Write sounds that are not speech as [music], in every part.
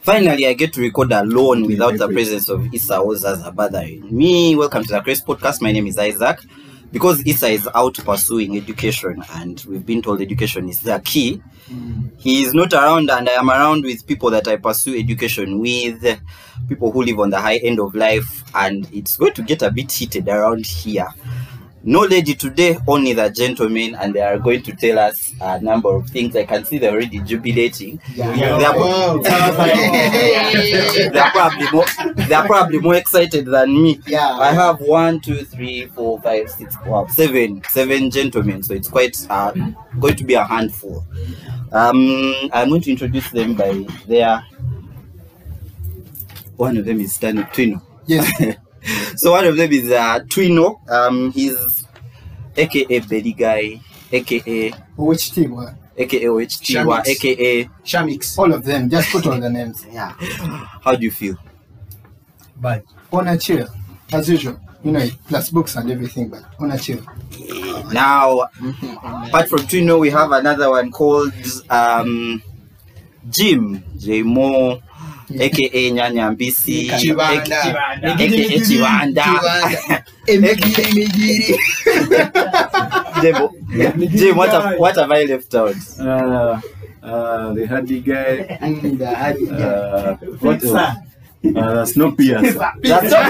Finally, I get to record alone without the presence of Issa or Zaza bothering me. Welcome to the Grace Podcast. My name is Isaac. Because Issa is out pursuing education, and we've been told education is the key, he is not around, and I am around with people that I pursue education with, people who live on the high end of life, and it's going to get a bit heated around here. No lady today, only the gentlemen, and they are going to tell us a number of things. I can see they're already jubilating. Yeah. They are- Wow. [laughs] they are probably more they are probably more excited than me. Yeah. I have one, two, three, four, five, six, wow, seven, seven gentlemen. So it's quite uh, going to be a handful. Um, I'm going to introduce them by their. One of them is Tano Twino. Yes. so one of them is uh, Twino. Um, he's AKA Belly Guy, AKA [laughs] Which team? were? AKA OHTY, Shamix. AKA Shamix. All of them. Just put all the names. [laughs] yeah. How do you feel? But On a chill, as usual. You know, plus books and everything, but on a chill. Now, apart from Twino, we have another one called um, Jim J Mo, aka Nyanya Mbisi, Chibanda. aka Chivanda. Jim, Jim, what have, what have I left out? Uh, uh, the hardy guy. Uh, what else? Uh, the snow pierce. [laughs] That's so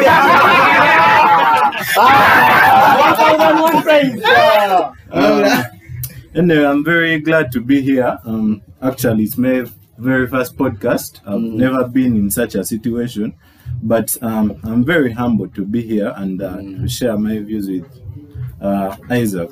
Uh, anyway, I'm very glad to be here. Um, actually, it's my very first podcast. I've Mm. never been in such a situation, but um, I'm very humbled to be here and uh, Mm. to share my views with uh, Isaac.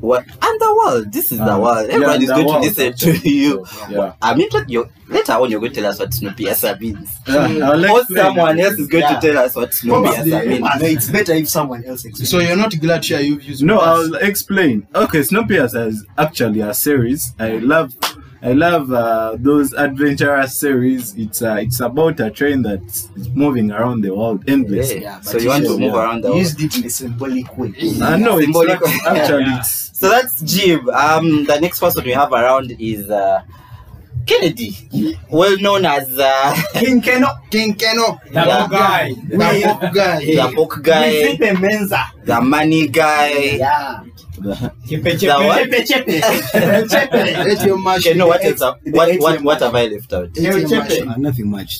What? And the world. This is the Uh, world. yeah, Everyone is the going world. to listen to you. Yeah. I mean, let- you- later on, you're going to tell us what Snoopy Esa means. Yeah, I'll Or explain. someone else is going Yeah. to tell us what Snoopy Esa means. it's better if someone else explains. so you're not glad to share you used No, I'll explain. Okay, Snowpiercer is actually a series. I love, I love uh, those adventurous series. It's uh, it's about a train that's is moving around the world endlessly. Yeah, but so you want to it's- move yeah. around the world. Used it in a symbolic way. I know it's Symbolic. not- actually it's So that's Jim. Um, the next person we have around is uh, Kennedy, well known as uh, [laughs] King Keno. King Keno. [laughs] The Yeah. pop guy. The pop guy. the book guy, Menza. the money guy. Yeah. the, The what? [laughs] Let your match. Okay, no, what the else? have- What what what have I left out? Chepe. Uh, nothing much.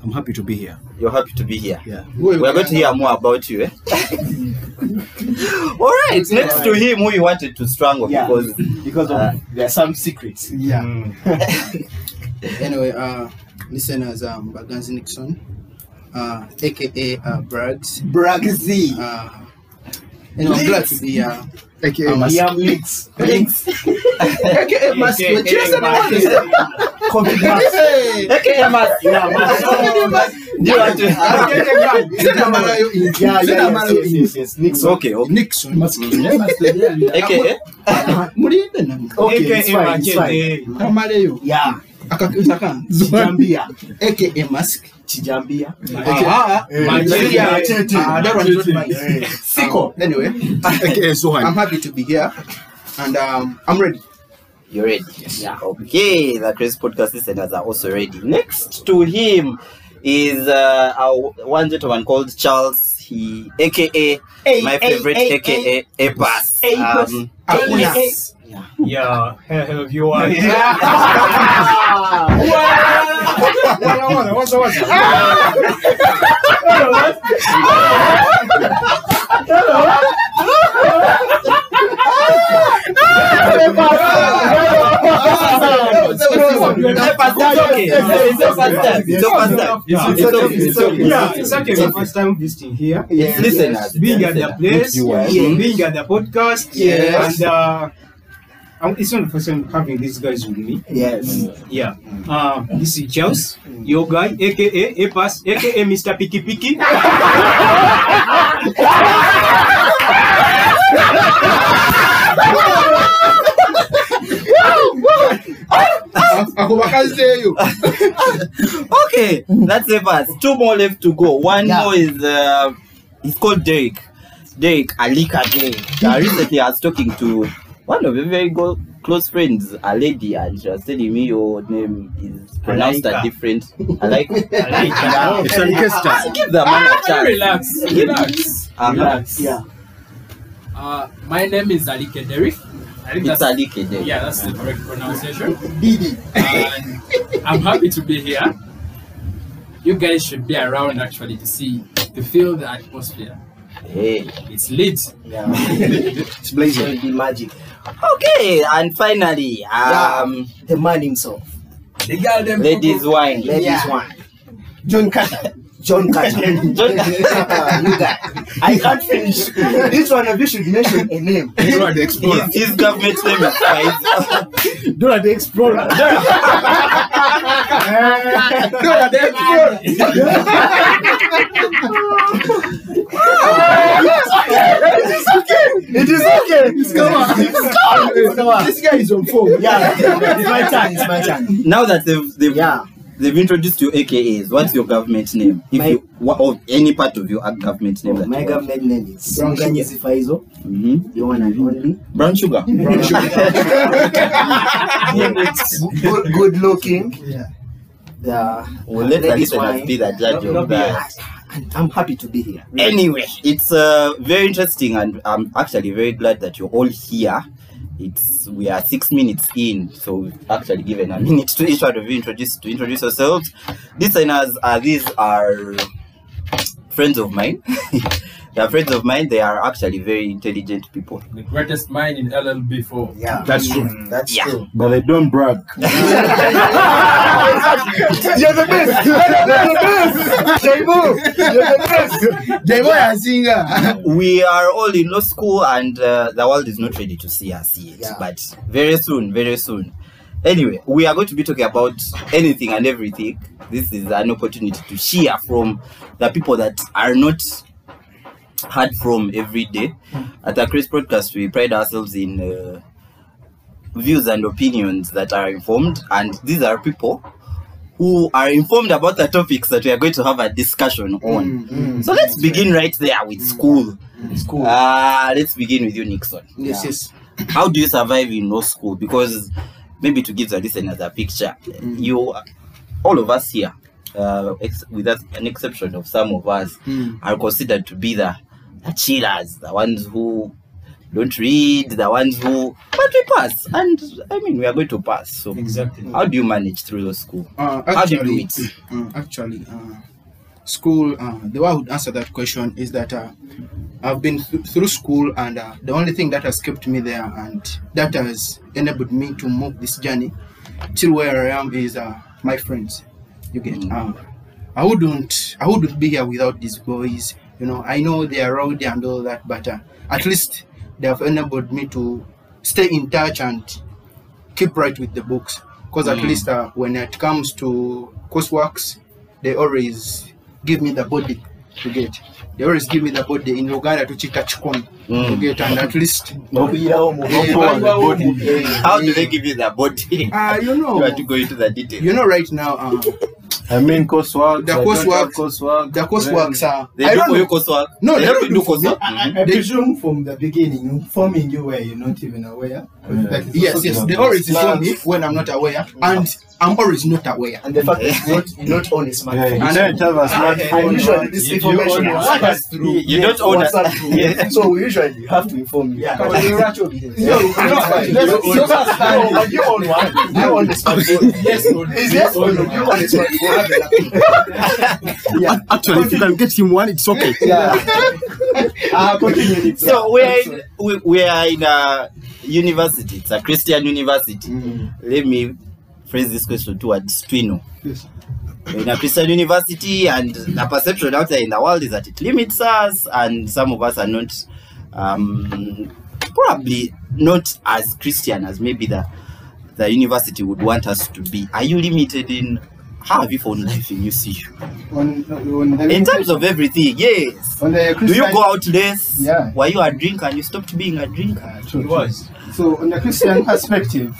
I'm happy to be here. You're happy to be here. Yeah. We're going to hear more about you. Eh? All right. Next to him, who you wanted to strangle Yeah. because Because of, Uh, Mm. there are some secrets. Yeah. [laughs] anyway, uh, listeners, um, Baganzi Nixon, uh, aka uh, Braggs. Bragzy. Uh, you know, I'm glad to be uh, Okay, um, Liam Leaks. Leaks. Okay, Mask. Okay, What you okay, said about Mask. this? Covid Mask. okay, Emma, Covid Mask. do you want to? Okay, okay, Brad. Send a man you in. Yeah, Send yeah, a man yes, you yes, in. yes, Nixon. Okay, okay, Nixon. okay. Muriende nani? Okay, it's fine, it's fine. Kamaleyo. Yeah. Akakuita ka. Chijambia. aka mask Chijambia. Aha. Eh, Nigeria. Uh, Eh. Ah, that one's not mine. Siko. Um, [laughs] anyway i'm happy to be here and um i'm ready You're ready. Yeah. Okay, the Chris podcast listeners are also ready. Next to him is uh, our one gentleman called Charles. He, aka my favorite, aka Epas. Um, Akuna. Yeah, hello viewers. Epas, it's okay. It's your first time. It's your first time. It's Yeah, okay. It's okay. yeah, it's actually my first time visiting here. It's listeners. Being at the Listeners. place, Yeah. being at the podcast, Yes. and uh, I'm- it's not the first time having these guys with me. Yes. Yeah, um, this is Charles, your guy, aka Epas, aka Mr. Piki [laughs] Piki. akubakazeyo [laughs] Okay, that's Epas. Two more left to go. One Yeah. more is uh, it's called Derek. Derek Alika Derek. Uh, recently, I was talking to one of the very go- close friends, a lady, and she was telling me your name is pronounced a Alaika. different. I like. [laughs] Alaika. It's a requester. Give the man Ah, a chance. relax, relax, Uh-huh. relax. Yeah. Uh, my name is Ali Kederi. I think It's that's Alike then. yeah, that's the correct pronunciation. And I'm happy to be here. You guys should be around actually to see to feel the atmosphere. Hey. It's lit. [laughs] It's blazing. It'll be magic. Okay, and finally, um, The man himself. The girl them ladies wine. Ladies Yeah. one. John Carter. [laughs] John Carter. you guy. I can't finish. This one of you should mention a name. You are the explorer. His, his government name is Spice. [laughs] Dora the Explorer. Dora the [laughs] explorer. It is okay. Come [laughs] on. Come on. This guy is on form. [laughs] Yeah. It's my turn. It's my turn. Now that they've they've, Yeah. they've introduced you AKAs, what's your government name? If My- Oh, you what, or any part of your government name that My you want. government name is Brown sugar. Muganyezi Faizo. Mhm. The one and only. Brown sugar. [laughs] Good, good looking. Yeah. The We'll let the Ladies listeners wine. be the judge No- no of that. I'm happy to be here. Anyway, it's uh, very interesting, and I'm actually very glad that you're all here. It's we are six minutes in, so we've actually given a [laughs] minute to each one of you introduce to introduce yourselves. Listeners, uh, these are friends of mine. [laughs] they are friends of mine. They are actually very intelligent people. The greatest mind in LLB four. Yeah. That's true. That's Yeah. true. But they don't brag. You're the best. You're the best. Jaimu. You're the best. The boy has singer. [laughs] we are all in law school and uh, the world is not ready to see us yet Yeah. but very soon very soon anyway we are going to be talking about anything and everything this is an opportunity to hear from the people that are not heard from every day at the chris podcast we pride ourselves in uh, views and opinions that are informed and these are people who are informed about the topics that we are going to have a discussion on Mm, so let's begin right there with school. School. Ah, let's begin with you, Nixon. Yes, yes. How do you survive in law school? Because maybe to give the listeners a picture, you, all of us here, uh, ex- with us- an exception of some of us, are considered to be the, the chillers, the ones who don't read, the ones who. But we pass, and I mean, we are going to pass. So, Exactly. how do you manage through law school? Uh, How do you do actually, it? uh, actually, uh, school. Uh, the way I would answer that question is that uh, I've been th- through school, and uh, the only thing that has kept me there, and that has enabled me to move this journey till where I am, is uh, my friends. You get. Uh, I wouldn't. I wouldn't be here without these boys. You know, I know they are rowdy and all that, but uh, at least they have enabled me to stay in touch and keep right with the books because at least uh, when it comes to courseworks they always give me the body to get they always give me the body in uganda tuchita chikono to get and at least How do they give you the body? uh, you [laughs] You know have to go into the details. you know right now uh, the I mean, coursework. The I don't coursework- have coursework. courseworks are They i do don't for you know coursework. No, they they help don't you do do for me. coursework. I- Mhm. I- I presume from the beginning, informing you where you're not even aware. Yeah. That is yes also yes the- they always inform me when i'm not aware and i'm always not aware And the fact that you're not, you're not [laughs] on a Yeah, you smartphone. Ah, don't have a And smartphone. usually this You- you own information one. is passed through. You don't own a- WhatsApp group. [laughs] Yeah. [laughs] So we usually have to inform you. Come on, you're actual behavior. No, you You're just standing. own- you own one. You own the smartphone. Yes, or no. Is yes or no? You own the [laughs] smartphone. Yeah. Actually, if you can get him one, it's okay. Yeah. Uh, continue. Nitsa. So we are in we, we are in a university. It's a Christian university. Let me phrase this question towards Twino. We're in a Christian university, and the perception out there in the world is that it limits us, and some of us are not, um, probably not as Christian as maybe the the university would want us to be. Are you limited in? How have you found life in UCU? On, on the In terms of everything, yes. on the Do you Christian- go out less? Yeah. Were you a drinker and you stopped being a drinker? It was. So, on the Christian perspective,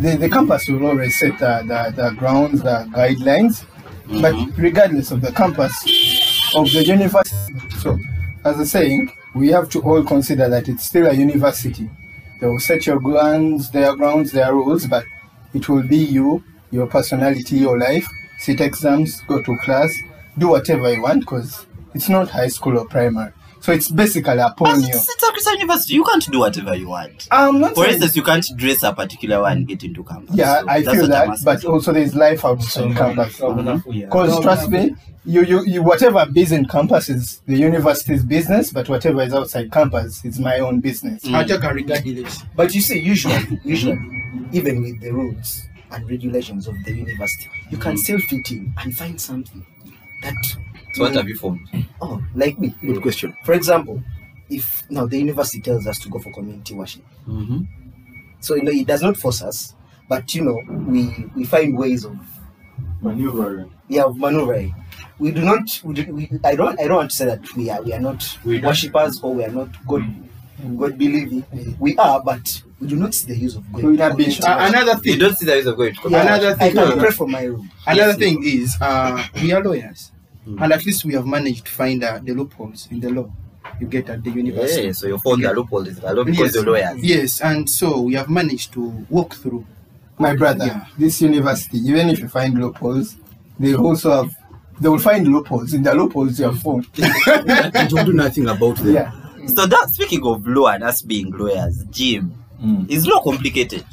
the, the campus will always set the, the, the grounds, the guidelines, but regardless of the campus, of the university. So, as a saying, we have to all consider that it's still a university. They will set your grounds, their grounds, their rules, but it will be you, your personality, your life. Sit exams, go to class, do whatever you want because it's not high school or primary. So it's basically upon you. It's, it's a Christian university. You can't do whatever you want. Ah, I'm not For saying- instance, you can't dress a particular one and get into campus. Yeah, So I that's what feel I'm that, asking. but also there's life outside campus. Mm-hmm. Because trust me, you, you, you whatever is in campus is the university's business, but whatever is outside campus is my own business. Mm. I take a regard in this. But you [laughs] see, usually, usually, even with the rules and regulations of the university, you can Mm. still fit in and find something that. so what have you formed? Oh, like me. Good question. For example, if now the university tells us to go for community worship, Mm-hmm. so you know it does not force us, but you know we we find ways of Maneuvering. yeah of maneuvering. We do not. We, do, we I don't. I don't want to say that we are. We Mm. are not We don't. worshippers or we are not God. God believing. We are, but we do not see the use of God. We are being- Uh, another thing. You don't see the use of going to Yeah, Another I thing- uh, can pray for my room. Another thing is, uh, we are lawyers, Mm. and at least we have managed to find uh, the loopholes in the law you get at the university. Yeah, so you found the loophole is the law because yes. you're lawyers. Yes, and so we have managed to walk through. My brother, Yeah. this university, even if you find loopholes, they also have they will find loopholes. In the loopholes you have Mm. [laughs] found. [laughs] And you do nothing about them. yeah. So that speaking of law and us being lawyers, Jim, is law complicated?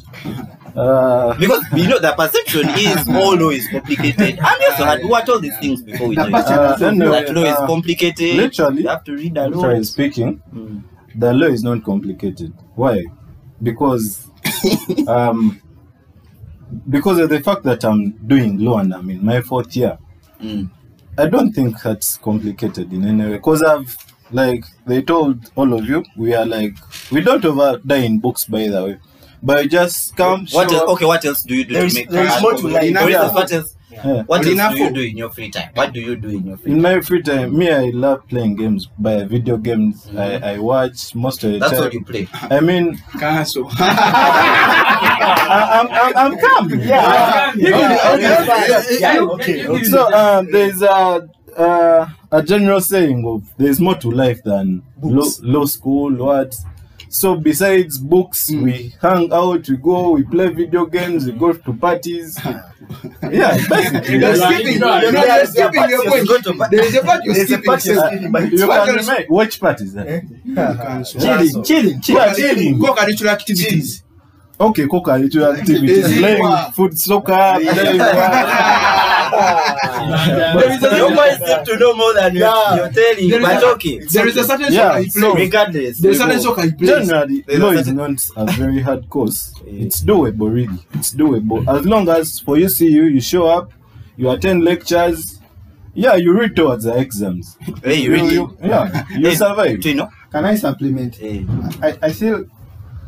Uh, Because you know the perception is all law is complicated. And yes, we had we were told these things before we The know it. pattern Uh, has then that law is uh, complicated. literally- you have to read the Mm. law. Sorry, speaking, the law is not complicated. Why? [laughs] Because, um, because of the fact that I'm doing law and I'm in my fourth year, Mm. I don't think that's complicated in any way. Because I've, like, they told all of you, we are like, we don't over die in books, by the way. But you just come, What show else, up, okay, what else do you do There to is- make there is an more to album? life. For Yeah. instance, what else, Yeah. what else do you Enough. do in your free time? What do you do in your free In time? my free time, me, I love playing games, by video games. I, I watch most of the That's time. what you play. I mean, Cancel. [laughs] I, I'm, I'm, I'm calm. Yeah. Even- okay. Yeah, okay. okay. So uh, there's a uh, a general saying of there's more to life than low, Books. low school what. So besides books, we hang out, we go, we play video games, we go to parties. yeah, basically. You're That's- skipping. You're not Yeah, you're skipping your You point. go to There is a part you're There's a skipping. part you're skipping, but you what can else? remember, watch parties. eh? Cancel. Chilling, chilling, Co- chilling. Co-curricular activities. Okay, co-curricular activities, Is it playing what? food, [laughs] soccer, playing [laughs] There is a no one seem to know more than you- Yeah. you're telling, There is but a- okay. There is a certain Yeah, soccer he so- plays. Regardless, There we is a certain go. soccer he plays. Generally, There's law a is certain- not a very hard course. Yeah. It's doable, really. It's doable as long as for you see you, you show up, you attend lectures. Yeah, you read towards the exams. Hey, you really? yeah, you Hey, survive. You know? Can I supplement? Hey. I, I feel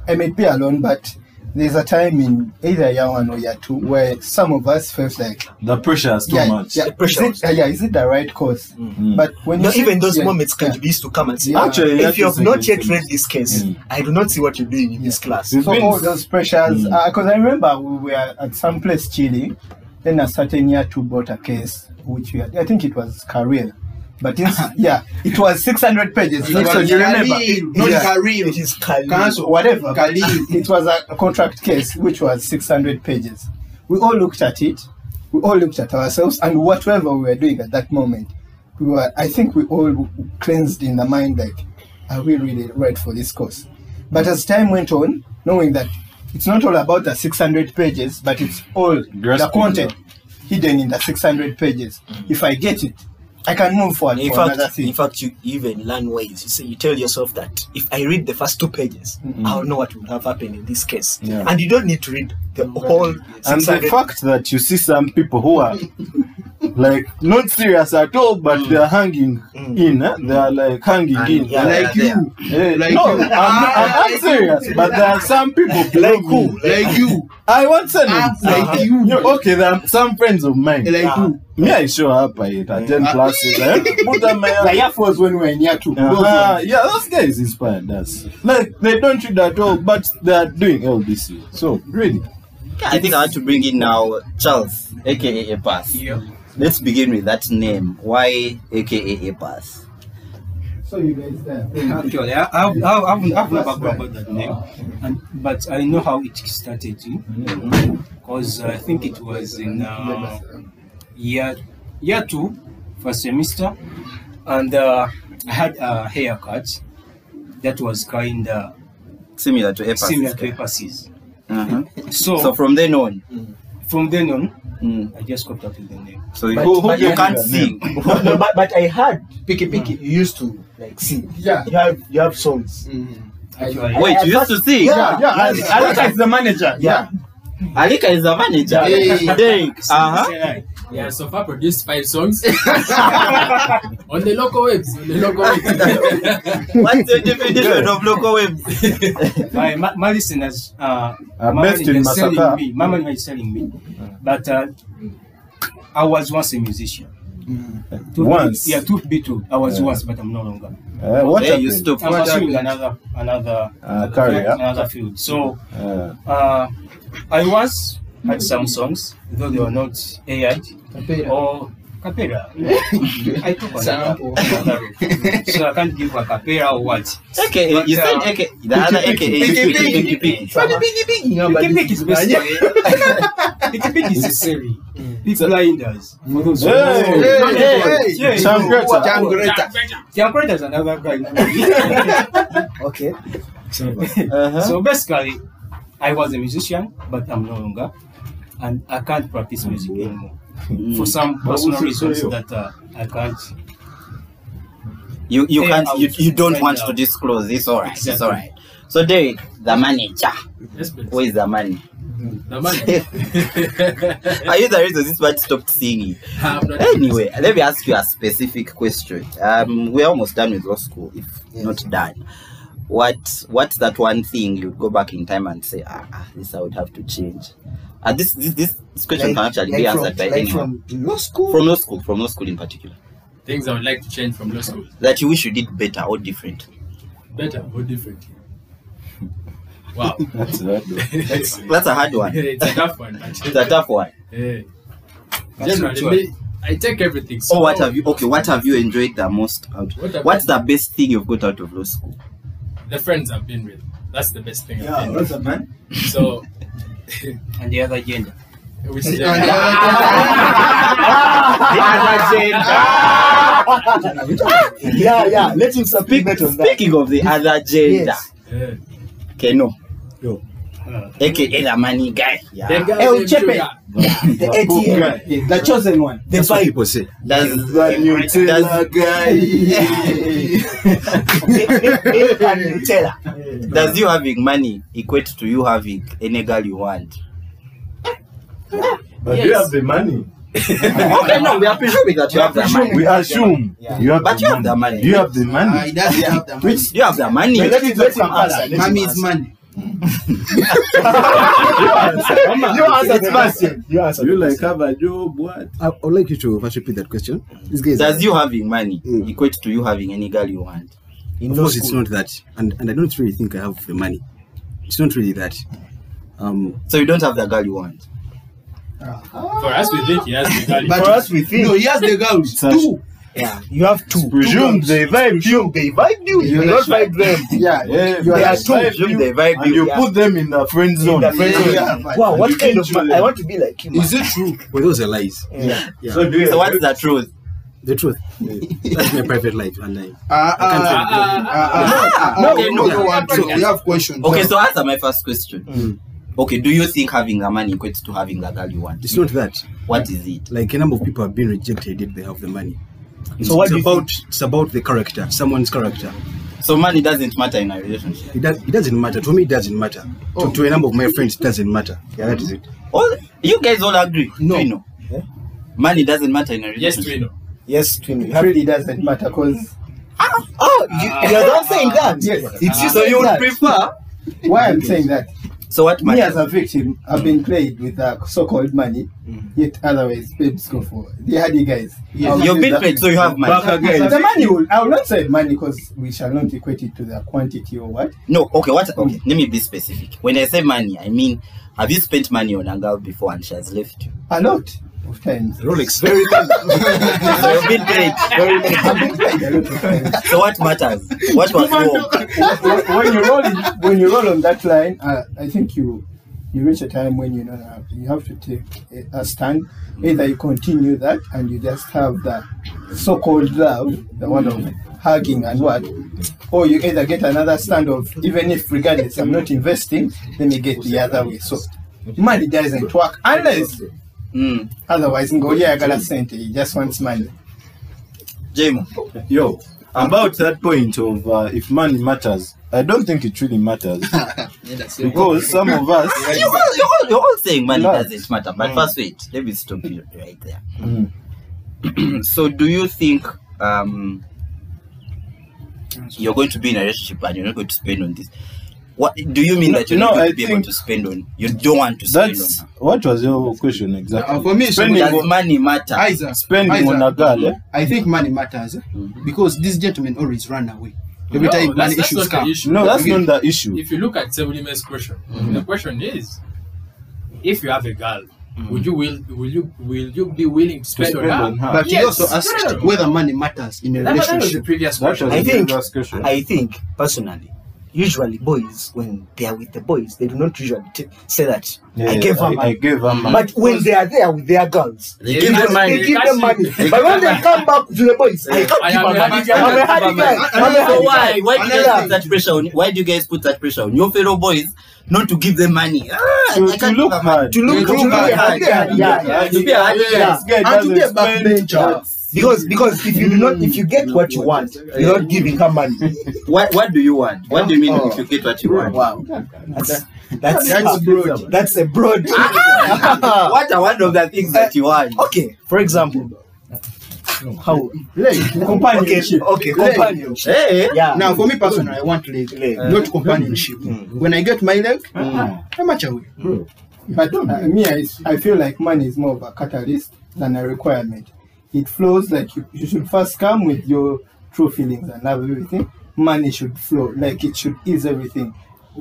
I may be alone, but there's a time in either year one or year two where some of us felt like The pressure is too yeah, much. Yeah, pressure is it, uh, yeah, is it the right course? Mhm. But when you No, see- even those yeah, moments can yeah. be used to come and say, "Ah, Yeah. Actually, that if you is have not against yet it. read this case, Mm. I do not see what you're doing in this class. It's So been- all those pressures, Mm. because I remember we were at some place chilling, then a certain year two brought a case, which we had, I think it was career, but [laughs] it's, yeah, it was 600 pages. It was so you remember? Khalil, Not Yeah. Karim. It is Khalil. Cancel. whatever. but Khalil. It was a, a contract case which was 600 pages. We all looked at it. We all looked at ourselves and whatever we were doing at that moment. We were, I think we all cleansed in the mind like, are we really right for this course? But as time went on, knowing that it's not all about the 600 pages, but it's all the Grasping, content hidden in the 600 pages. If I get it, I can move forward In for another fact, thing. in fact, you even learn ways. You say you tell yourself that if I read the first two pages, I'll know what will have happened in this case, Yeah. and you don't need to read the Mm-hmm. whole. And the 600 fact that you see some people who are like not serious at all, but they are hanging Mm. in. eh? They are like hanging in. yeah, Like yeah, you. Eh, Like no, you. I'm, I'm, I'm serious, but there are some [laughs] people below Like me. who? Like you. I want to know. Ah, like you. okay, there are some friends of mine. Like Ah. you. Me, I show up, I attend Ah. classes. I put on my the year fours when we were in year 2 those uh ones. Yeah, those guys inspired us. Like, they don't read at all, but they are doing LDC. So, really. I think I want to bring in now Charles, aka Epas. Yeah. Let's begin with that name. Why, aka Epas? So you guys there. Actually, I, I, have- I, have- I haven't, I have no background about that name, and, but I know how it started because I think it was in uh, year year two, first semester, and uh, I had a haircut that was kind of Similar to EPAS. similar to Epas's. Uh-huh. So, Mm. So from then on, from then on, mm, I just caught up with the name. so who, who you can't [laughs] see. but, [laughs] no, but, but I heard Mm. Piki Piki you used to like sing. Yeah. Mm-hmm. You have you have songs. Actually, Wait, you used to see. Yeah, yeah. I, I look as the manager. Yeah. Alika is a manager. Hey. Hey. Uh-huh. Yeah, so far produced five [laughs] songs on the local waves. On the local waves. [laughs] What's the definition of local web? [laughs] my, my, my listeners, uh, Uh, Mama based in is selling Masaka. Mm. me. Mama is selling me, but uh, I was once a musician. Truth be- Once? yeah, truth be told, I was once, but I'm no longer. Uh, what Hey, you happened? stopped. I'm pursuing another, another, Uh, career. another field. So Uh, uh, I once had some songs, though they were not AI or capella. I took another, Sample. another route. [laughs] so I can't give a capella or what. uh, AKA, you said AKA, the other AKA is Piki Piki. Piki Piki is basically Piki Piki is a series. Piki Blinders. For those who Hey! know. Hey! Yeah, yeah, yeah. Sam Greta. Sam Sam Greta. Greta. Sam Greta is another guy. Okay. uh-huh. So basically, I was a musician, but I'm no longer, and I can't practice music anymore for some personal reasons that uh, I can't. You you Hey, can't I'll you, you don't find want out. to disclose. It's alright. It's Exactly. alright. So Derek, the manager. yes, please. Where is the money? The money. Are you the reason this man stopped singing? I'm not- Anyway, let me ask you a specific question. Um, we're almost done with law school, if Yes. not done. What what's that one thing you'd go back in time and say, ah, ah this I would have to change? And this this this, this question can actually be from, answered by like anyone from law school. from law school, from law school in particular, Things I would like to change from law school. that you wish you did better or different. Better or different? Wow. That's that. [laughs] it's That's a hard [laughs] one. a tough one. but- It's a tough one. Eh. That's not Generally, me, I take everything. Oh, what slow. have you? Okay, what have you enjoyed the most out? What have What's the best thing you've got out of law school? The friends I've been with. That's the best thing I've Yeah, been what's up, man? with. So, And the other [laughs] gender. which And is the other yeah, yeah. Let him supplement on that. Speaking of the other gender, Yes. Eh. okay, no, Uh, Yo. aka the money guy. That Yeah, guy El named Chepe. Sugar. The ATM. The chosen one. The That's what vibe. people say. that's That's- that's Ape and Nutella. Does you having money equate to you having any girl you want? But you have the [laughs] money. okay, no, we are presuming that you have the money. We assume Yeah. you have But the you have money. the money. You have the Ah, money. he doesn't have the money. You have the money. Let him let him answer. Let him Mommy is answer. money. You answer the question. You answer. You like have a job, what? I would like you to first repeat that question. This guy is- Does you having money Mm. equate to you having any girl you want? In Of law course, it's school. not that, and and I don't really think I have the money. It's not really that. Um, So you don't have the girl you want. For us, we think he has the value. But we no, he has the girls. Such- Two. Yeah, you have two. Presume they vibe you. They vibe you. You don't vibe them. Yeah. Yeah, You are They like, assume you, they vibe And you Yeah. put them in the friend zone. Wow, what You kind can of man? choose. I want to be like him. it true? Well, those are lies. Yeah. So do you So what's the truth? The [laughs] truth. That's my private life, and I. I Ah, ah, Ah, ah, ah, ah, ah. No, Okay, no, no, no, one, two. We have questions. Okay, so answer my first question. Hmm. Okay, do you think having the money equates to having the girl you want? It's not that. What is it? Like a number of people have been rejected if they have the money. So what it's do you about? It's about the character, someone's character. So money doesn't matter in a relationship. It, does, it doesn't matter. To me, it doesn't matter. To, to a number of my friends, it doesn't matter. Yeah, that is it. All you guys all agree. No. Do you know? Eh? Yeah. Money doesn't matter in a yes, relationship. we know. Yes, twin. You It have. really doesn't matter because Oh, you, you're the one saying that. Yes. It's you so saying you would that. prefer why I'm saying that So what me as matters? a victim, I've been played with uh, so-called money. Mm. Yet otherwise, babes go for the hardy guys. I'll You've say been that. paid, so you have money. Back again. So the money will. I will not say money because we shall not equate it to the quantity or what. No, okay, what okay, let me be specific. When I say money, I mean have you spent money on a girl before and she has left you? A lot. of times. Rolex. Very good. You've been paid. [laughs] Very good. I've been paid a lot of times. So what matters? [laughs] What was wrong? When- when you roll, in- when you roll on that line, uh, I think you you reach a time when you know that you have to take a, a stand. Either you continue that and you just have that so-called love, the one of hugging and what, or you either get another stand of even if regardless I'm not investing, let me get the other way. So money doesn't work unless Mm. otherwise go yeah I got a cent. He just wants money. Jim, Yo, about that point of uh, if money matters, I don't think it really matters because some of [laughs] us. you're all, you're all, you're all saying money Relax. doesn't matter, but first wait, let me stop you right there. [clears throat] so do you think um you're going to be in a relationship and you're not going to spend on this? What do you mean No, that you're no, not going I to be able think to spend on? You don't want to spend That's on. her. what was your question exactly? Uh, for me, it's spending, about- Does on, money matter? Isaac, spending Isaac, on a girl. Eh? I think money matters eh, because these gentlemen always run away every No, time that's, money that's issues not the come. issue. No, that's Okay. not the issue. Mm-hmm. If you look at Sebulime's question, the question is, if you have a girl, would you will will you will you be willing to spend, Mm-hmm. spend on on her. her? But he Yes. also No, no, asked no. whether money matters in a That, that was the relationship. previous That was question. the I think- last question. I think personally, usually boys when they are with the boys, they do not usually t- say that Yeah, I gave her I, I money. gave her money. But when they are there with their girls, They give them money. they give them money. But when they come back to the boys, I can't I give her am a money. handy I'm guy. a hard guy. I'm a So hard guy. why? Why do you guys put that pressure on? Why do you guys put that pressure on your fellow boys not to give them money? Ah, to, I to can't look give them hard. To look, You to look look bad. at yeah, yeah, yeah. To be a hard guy. This guy And to be a doesn't spend backbencher. Because because if you do not if you get what you want, you're not giving her money. What What do you want? What do you mean Oh. if you get what you want? Wow. That's [laughs] that's That's that's broad. broad. That's a [laughs] broad. [laughs] what are one of the things that you want? Okay, for example. How Companionship. okay, companionship. Hey, Yeah. Uh, Now, for me personally, I want leg, not companionship. Mm. Mm. When I get my leg, Ah, how much I will. Mm. But uh, me, I, I feel like money is more of a catalyst than a requirement. It flows like you, you should first come with your true feelings and love everything. Money should flow like it should ease everything,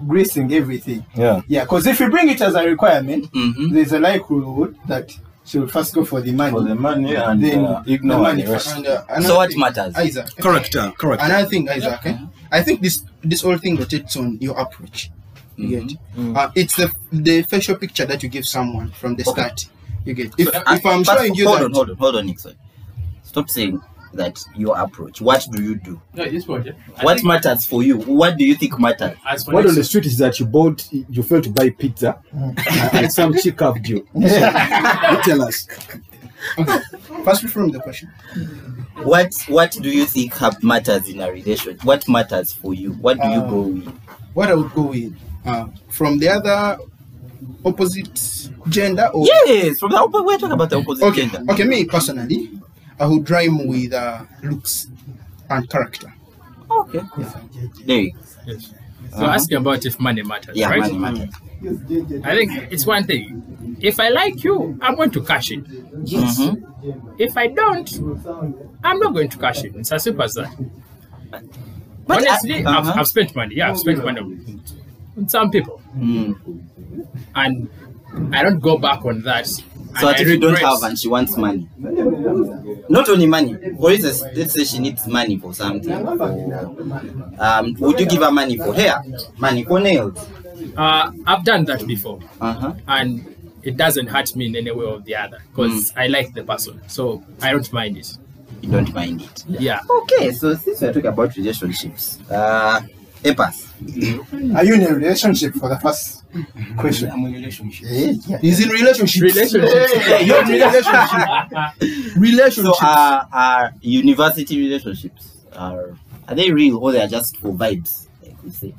greasing everything. Yeah. Yeah, because if you bring it as a requirement, Mhm. there's a likelihood that she'll first go for the money. Mm-hmm. For the money and Then uh, the ignore money the rest. And, uh, another So what thing, matters? Isaac. Character, character. Another thing, Isaac. eh, I think this this whole thing rotates on your approach. You get. Mm-hmm. Uh, it's the the facial picture that you give someone from the Okay. start. You get. If, I- if I'm but showing you hold that, on, hold on, hold on, Nixon. Stop saying that your approach. What do you do? No, this one. Yeah. I What think matters for you? What do you think matters? as for What on next, the street is that you bought, you failed to buy pizza, and some chick hugged [laughs] you. You tell us. first reframe the question. What What do you think have matters in a relation? What matters for you? What do you go with? What I would go with uh, from the other opposite gender or Yes, from the opposite. We're talking about the opposite okay gender. okay me personally I would rhyme with uh, looks and character. Okay. There you go. so Uh-huh. asking about if money matters, Yeah, right? money matters. Mm-hmm. I think it's one thing. If I like you, I'm going to cash it. Yes. Mm-hmm. If I don't, I'm not going to cash it. It's as simple as that. But I- Honestly, I, have uh-huh. I've spent money. Yeah, I've spent money on, on some people, Mm. and I don't go back on that. So that if you don't have and she wants money, not only money. For instance, let's say she needs money for something. Um, would you give her money for hair, money for nails? uh, I've done that before, Uh huh. and it doesn't hurt me in any way or the other because I like the person, so I don't mind it. Mm. You don't mind it. Yeah. Okay, so since we're talking about relationships, uh, Epas, Are you in a relationship for the first question? I'm in a relationship. Yeah, yeah. He's in relationships. Relationships. Yeah, you're in relationship. [laughs] so relationships. are are university relationships are are they real or they are just for vibes? Like we say,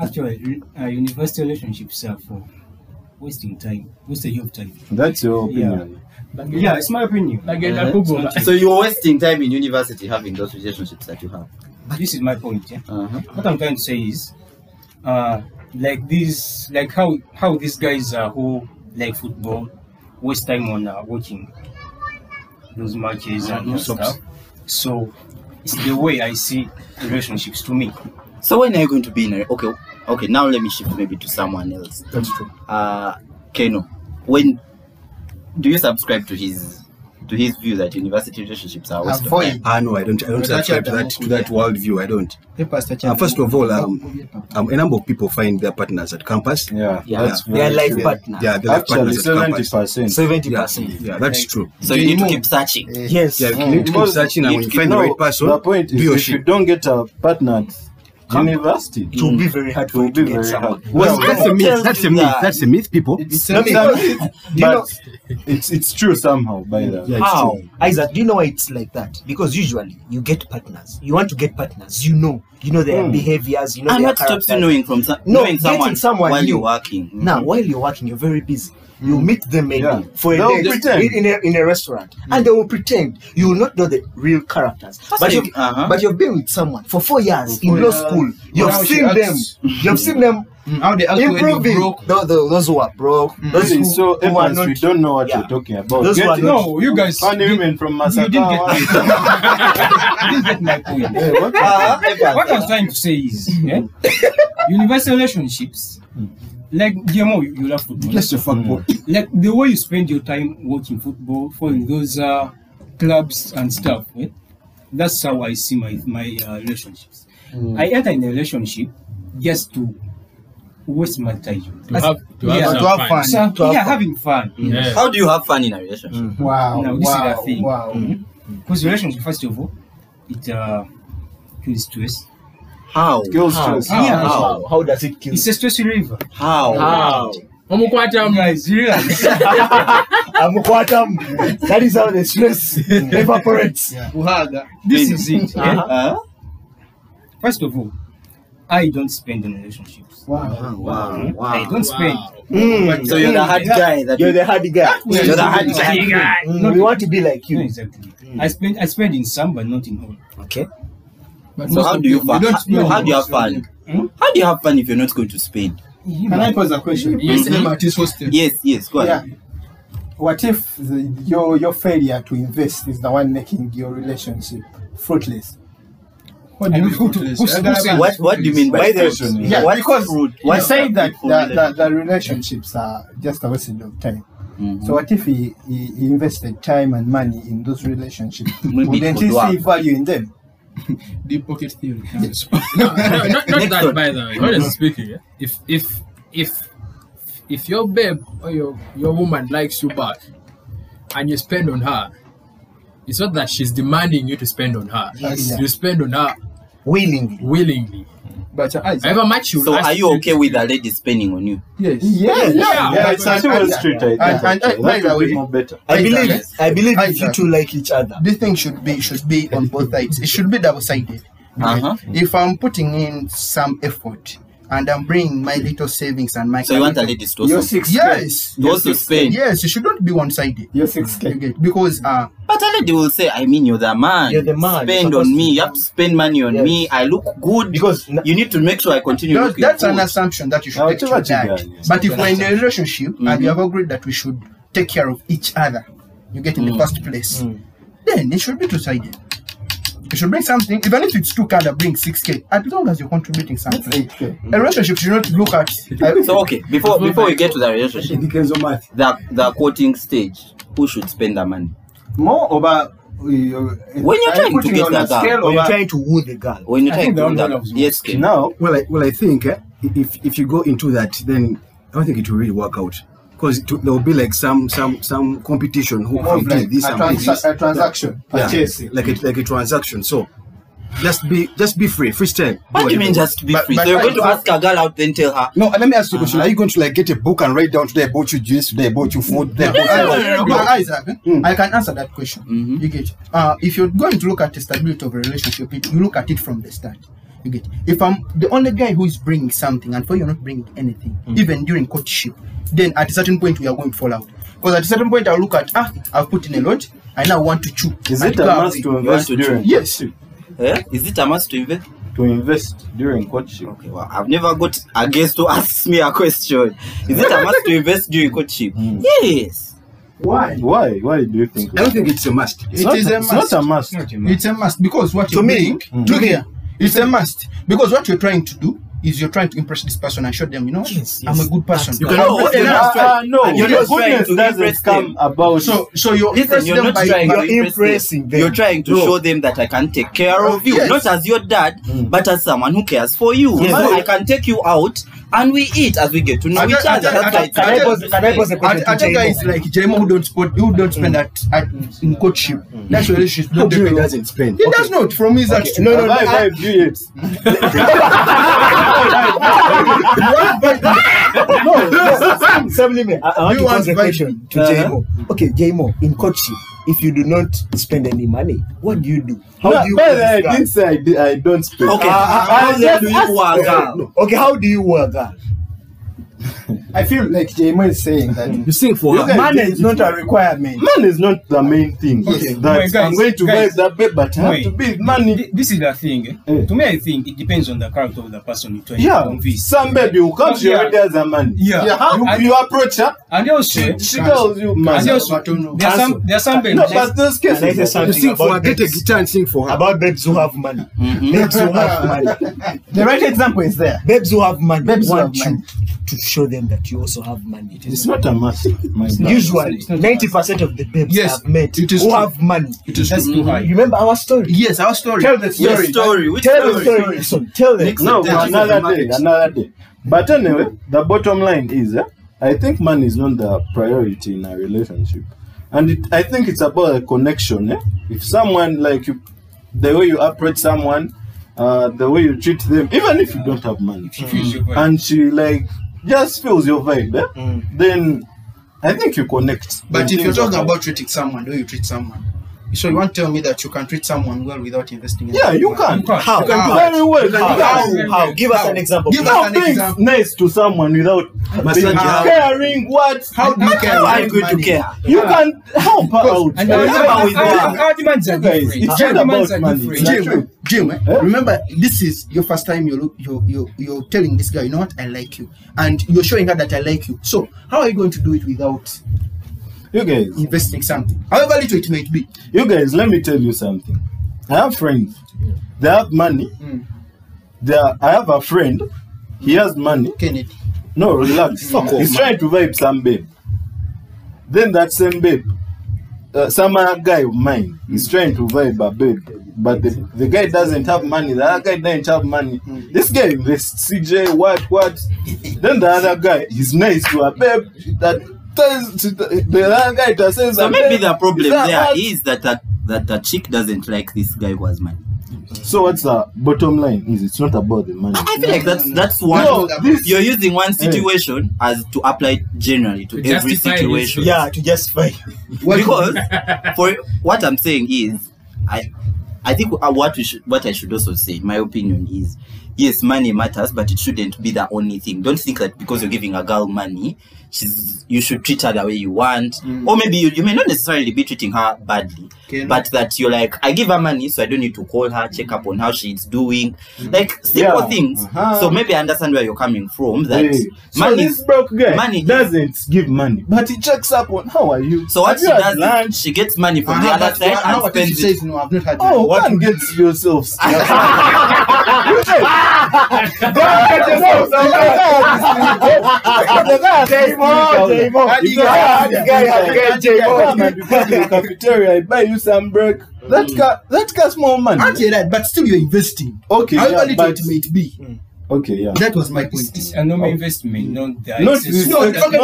Actually, re- uh, university relationships are for wasting time, wasting of time. That's your opinion. But yeah, it's my opinion. Like in a Google, Uh, Uh-huh. so you're wasting time in university having those relationships that you have. This is my point. Yeah? Uh huh. What I'm trying to say is, uh, like these, like how how these guys uh, who like football waste time on uh, watching those matches and stuff. So it's the way I see relationships to me. So when are you going to be in a okay okay now let me shift maybe to someone else. That's true. Uh Keno, when do you subscribe to his to his view that university relationships are a waste of Avoid. time? Ah no, I don't. I don't Unataka subscribe to that to that worldview. I don't. Uh, first of all, um, um, a number of people find their partners at campus. Yeah, Yeah. that's They are very life true. partner. Yeah, they're like Actually, partners at seventy campus. percent. Seventy Yeah, percent. yeah, that's true. So you need to keep searching. Yes. Yeah, you need to keep Because searching, and when you find the right person, the point is, do your if you shit. don't get a partner at university, It will be very hard it will for you be to get very someone. hard. Well, that's a myth. tells That's you a myth. that? That's a myth, people. It's Let me- sometimes, [laughs] but you know- it's it's true somehow by the Yeah, it's How? true. Isaac, do you know why it's like that? Because usually you get partners. You want to get partners. You know. You know their Hmm. behaviors. You know and their what stops you characters. knowing from some, No, knowing getting someone, someone while new. you're working? Hmm. Now, while you're working, you're very busy. You meet them maybe Yeah. for a They'll day pretend. in, in a, in a restaurant, and they will pretend. You will not know the real characters. But like- you've, uh-huh. but you've been with someone for four years in law school. You've Now she seen them. acts- You've seen them How they act when you improving. broke. Tho- tho- those who are broke, those Really, who, so who are Evans, not. we don't know what yeah. you're talking about. Those who are Get not- No, you guys. funny you- women from you didn't get Masakawa. What Hey, [laughs] what? I was Ah, trying to say is, yeah, universal relationships, like GMO, you, you love football. Mm. Just a fuckboy. Like the way you spend your time watching football, following those uh, clubs and stuff. eh, That's how I see my my uh, relationships. Mm. Mm. I enter in a relationship just to waste my time. To have, to have Yeah, some to have fun. fun. So, to have yeah, fun. having fun. Yeah. How do you have fun in a relationship? Wow. Now, this is wow. the thing. Wow. Mm-hmm. Because relationship, first of all, it uh, kills stress. How? Girl stress. How? Yeah. How? How, how does it kill? It's a stress reliever. How? How? Omukwata You mu- guys, relax. Amukwatam. that is how the stress evaporates. Buhaga. this is it. eh? Huh? First of all, I don't spend in relationships. Mm-hmm. Wow. Uh-huh. Wow, Hmm? I wow. don't spend. Mm. So you're the hard guy that You're the hard guy. you're the hard guy. Hmm. Mm. Mm, we want to be like No, you. exactly. I spend I spend in some but not in all. Okay. So how do you fun? don't know How do you have what's fun? How do you have fun if you're not going to Spain? Can I pose a question? Yes. Them at his hostel. Yes, yes, go ahead. What if the, your your failure to invest is the one making your relationship fruitless? What do you Who- who- who said- What What do you mean by, By fruit? the- Yeah, what because fruit? You say that fruit the, the, relationship? the relationships are just a waste of time. Mm-hmm. So what if he, he he invested time and money in those relationships? [laughs] Maybe it Wouldn't could he work. see value in them? Deep pocket theory. no, Next not, not that one. by the way. Honestly speaking, yeah, if if if if your babe or your your woman likes you back, and you spend on her, it's not that she's demanding you to spend on her. Yes. You spend on her Willingly. willingly. But uh, Isaac. However much you. will So ask are you to- okay with a lady spending on you? Yes. Yeah, yeah. Yeah, it's a two-way street. I think. and- and- actually. by the That would way- be more better. I believe Isaac. I believe if you Isaac. two like each other. This thing should be should be on both sides. It should be double sided. Uh-huh. If I'm putting in some effort and I'm bringing my little savings and my So you want a capital- lady to Your also, six Yes. to also spend? Yes, it shouldn't be one sided. Your six K. Because uh But a lady will say, I mean, you're the man. You're the man. You're Spend supposed on me. to- You have to spend money on Yes. me. I look good. Because n- you need to make sure I continue that, looking that's good. an assumption that you should Now, take too care of much you that. got, yes. But if we're in a relationship and Mm-hmm. we have agreed that we should take care of each other, you get Mm. in the first place, then it should be two sided. You should bring something, even if it's two kind of bring 6k, as long as you're contributing something. A relationship should not look at. uh, I- so okay, before before we get to the relationship, depends on math. the the quoting stage, who should spend the money? More uh, over when you're you're trying to get that down, scale When you're over- trying to woo the girl. When you I take think the on umbrella that, was yes, Ken. Now, Well, I, well, I think eh, if if you go into that, then I don't think it will really work out because there will be like some some some competition who more can of do like this a, and do this. trans- a transaction, Yeah, purchasing. like a, like a transaction. So just be just be free, freestyle. What Go do you mean ahead. just be But- free? but so you're I- going to ask a girl out, then tell her. [laughs] no, let me ask you a Are you going to like get a book and write down today I bought you juice, today I bought you food, today I bought I- you I- but Isaac, eh, I can answer that question. You get uh, if you're going to look at the stability of a relationship, it- you look at it from the start. You get if I'm the only guy who is bringing something and for you're not bringing anything, even during courtship, then at a certain point we are going to fall out. Because at a certain point I'll look at ah, I've put in a lot, I now want to chew. Is and it a go must away. to want invest to during Yes. courtship? Eh? Is it a must to invest? To invest during courtship. Okay, well, I've never got a guest to [laughs] ask me a question. Is it a must to invest during courtship? Yes. Hmm. Why? Why? Why do you think? I don't think it's a must. It not, is a It's not a must. It's a must because what To you're me, doing, look here, it's a must because what you're trying to do is you're trying to impress this person and show them, you know, I'm a good person. You cannot what- you're not uh, trying- uh, no, and you're your not trying goodness to doesn't impress come them. about. so so you're Listen, impressing you're them not by trying by- to impress them. impressing them. You're trying to No. show them that I can take care of you, Yes. Hmm. not as your dad, but as someone who cares for you. Yes. Man, I can take you out and we eat as we get to know I each tell- I other. tell- That's I why it's tell- Can I about pose, can I pose a question I, I to think guys Jaimo? like Jeremy who don't spend who don't spend at, at in courtship. That's relationship. How Not do you develop. doesn't spend? He does not from his okay. No, no, no. I, [laughs] [laughs] No, no, Sam Lime, I, I want to You pose want a by- question to Uh-huh. Jaimo. Okay, Jaimo, in courtship, if you do not spend any money, what do you do? How no, do you by the way, work I that? didn't say I, di- I don't spend. Ah, Okay, Uh, how then do you work out? No. Okay, how do you work that? I feel like Jamo is saying that you sing for her. money is not a requirement. Man is not the main thing. Okay. That Wait, guys, I'm going to guys. guys, that babe, but I have to be with money. Th- This is the thing. eh? Eh. To me, I think it depepends on the character of the person you're trying to Yeah, convince. some baby will come to you Yeah. already as a man. Yeah. You, And- you approach her, And also, she tells you, man. and also but don't know. there are some there are some No, but benches. those Can I say cases. You something sing for her, about get a babes, guitar and sing for her. about babes who have money? Mm-hmm. Babes who [laughs] have money. The right example is there. Babes who have money Babes who want have money. you to show them that you also have money. It's not a must. my brother. Usually, it's not- ninety percent of the babes Yes, I've met who it is true. have money. It is That's true. too high. You remember our story? Yes, our story. Tell the Your story. story, which Tell the story? story. So tell them. No, for another day, another day. But anyway, the bottom line is, eh, I think money is not the priority in a relationship, and it, I think it's about a connection. Eh? If someone like you, the way you approach someone, uh, the way you treat them, even if you don't have money, feels your vibe. and she like just feels your vibe, eh, then I think you connect. But And if you're things talking are- about treating someone, do you treat someone? So you want to tell me that you can treat someone well without investing? in yeah, them? you can. How? How? You can do Very well. How? How? How? How? Give us an example. Give please. us How an being example. nice to someone without being how- caring what How do you care? How are you about going to money? care? You can help her out. And our, remember our, with our, that. our demands are Guys, different. it's Our not demands about are money. different. It's not- Jim, Jim, eh? Eh? remember this is your first time you look you you you're telling this guy, you know what, I like you, and you're showing her that I like you. So how are you going to do it without You guys, investing something, however little it might be? you guys, let me tell you something. I have friends. They have money. They are, I have a friend. He has money. Kennedy, No, relax. He's trying to vibe some babe. Then that same babe, uh, some other guy of mine, is trying to vibe a babe. But the, the guy doesn't have money. The other guy doesn't have money. This guy invests CJ, what, what. Then the other guy, he's nice to a babe. That tells, the other guy that says, So a maybe babe, the problem is that there hard? is that that that the chick doesn't like this guy who has money. So what's the bottom line? Is it's not about the money. I feel like that's that's one. No, this- you're using one situation as to apply generally to, To every justify it. situation. Yeah, to justify. What- [laughs] because [laughs] for what I'm saying is, I, I think uh, what we should, what I should also say, my opinion is, yes, money matters, but it shouldn't be the only thing. Don't think that because you're giving a girl money, she's you should treat her the way you want, Mm. or maybe you, you may not necessarily be treating her badly, Okay. but that you're like, I give her money, so I don't need to call her, check up on how she's doing, like simple Mm. Yeah. things. Uh-huh. So maybe I understand where you're coming from. That Hey, so money. this broke guy money- doesn't give money, but he checks up on how are you. so what Have she you had does, is lunch? she gets money from And the how other about- side how and about if she spends it. says no, I've not had. Oh, money?" what [laughs] can get yourself? [laughs] [laughs] cafeteria, I buy you some break. That Mm. car, that car's more I money. say that, but still you're investing. Okay, however yeah, little but- it might be. Okay, yeah. That was my It's, point. it's a normal investment, not the Not excess- this- No, okay, Not- okay,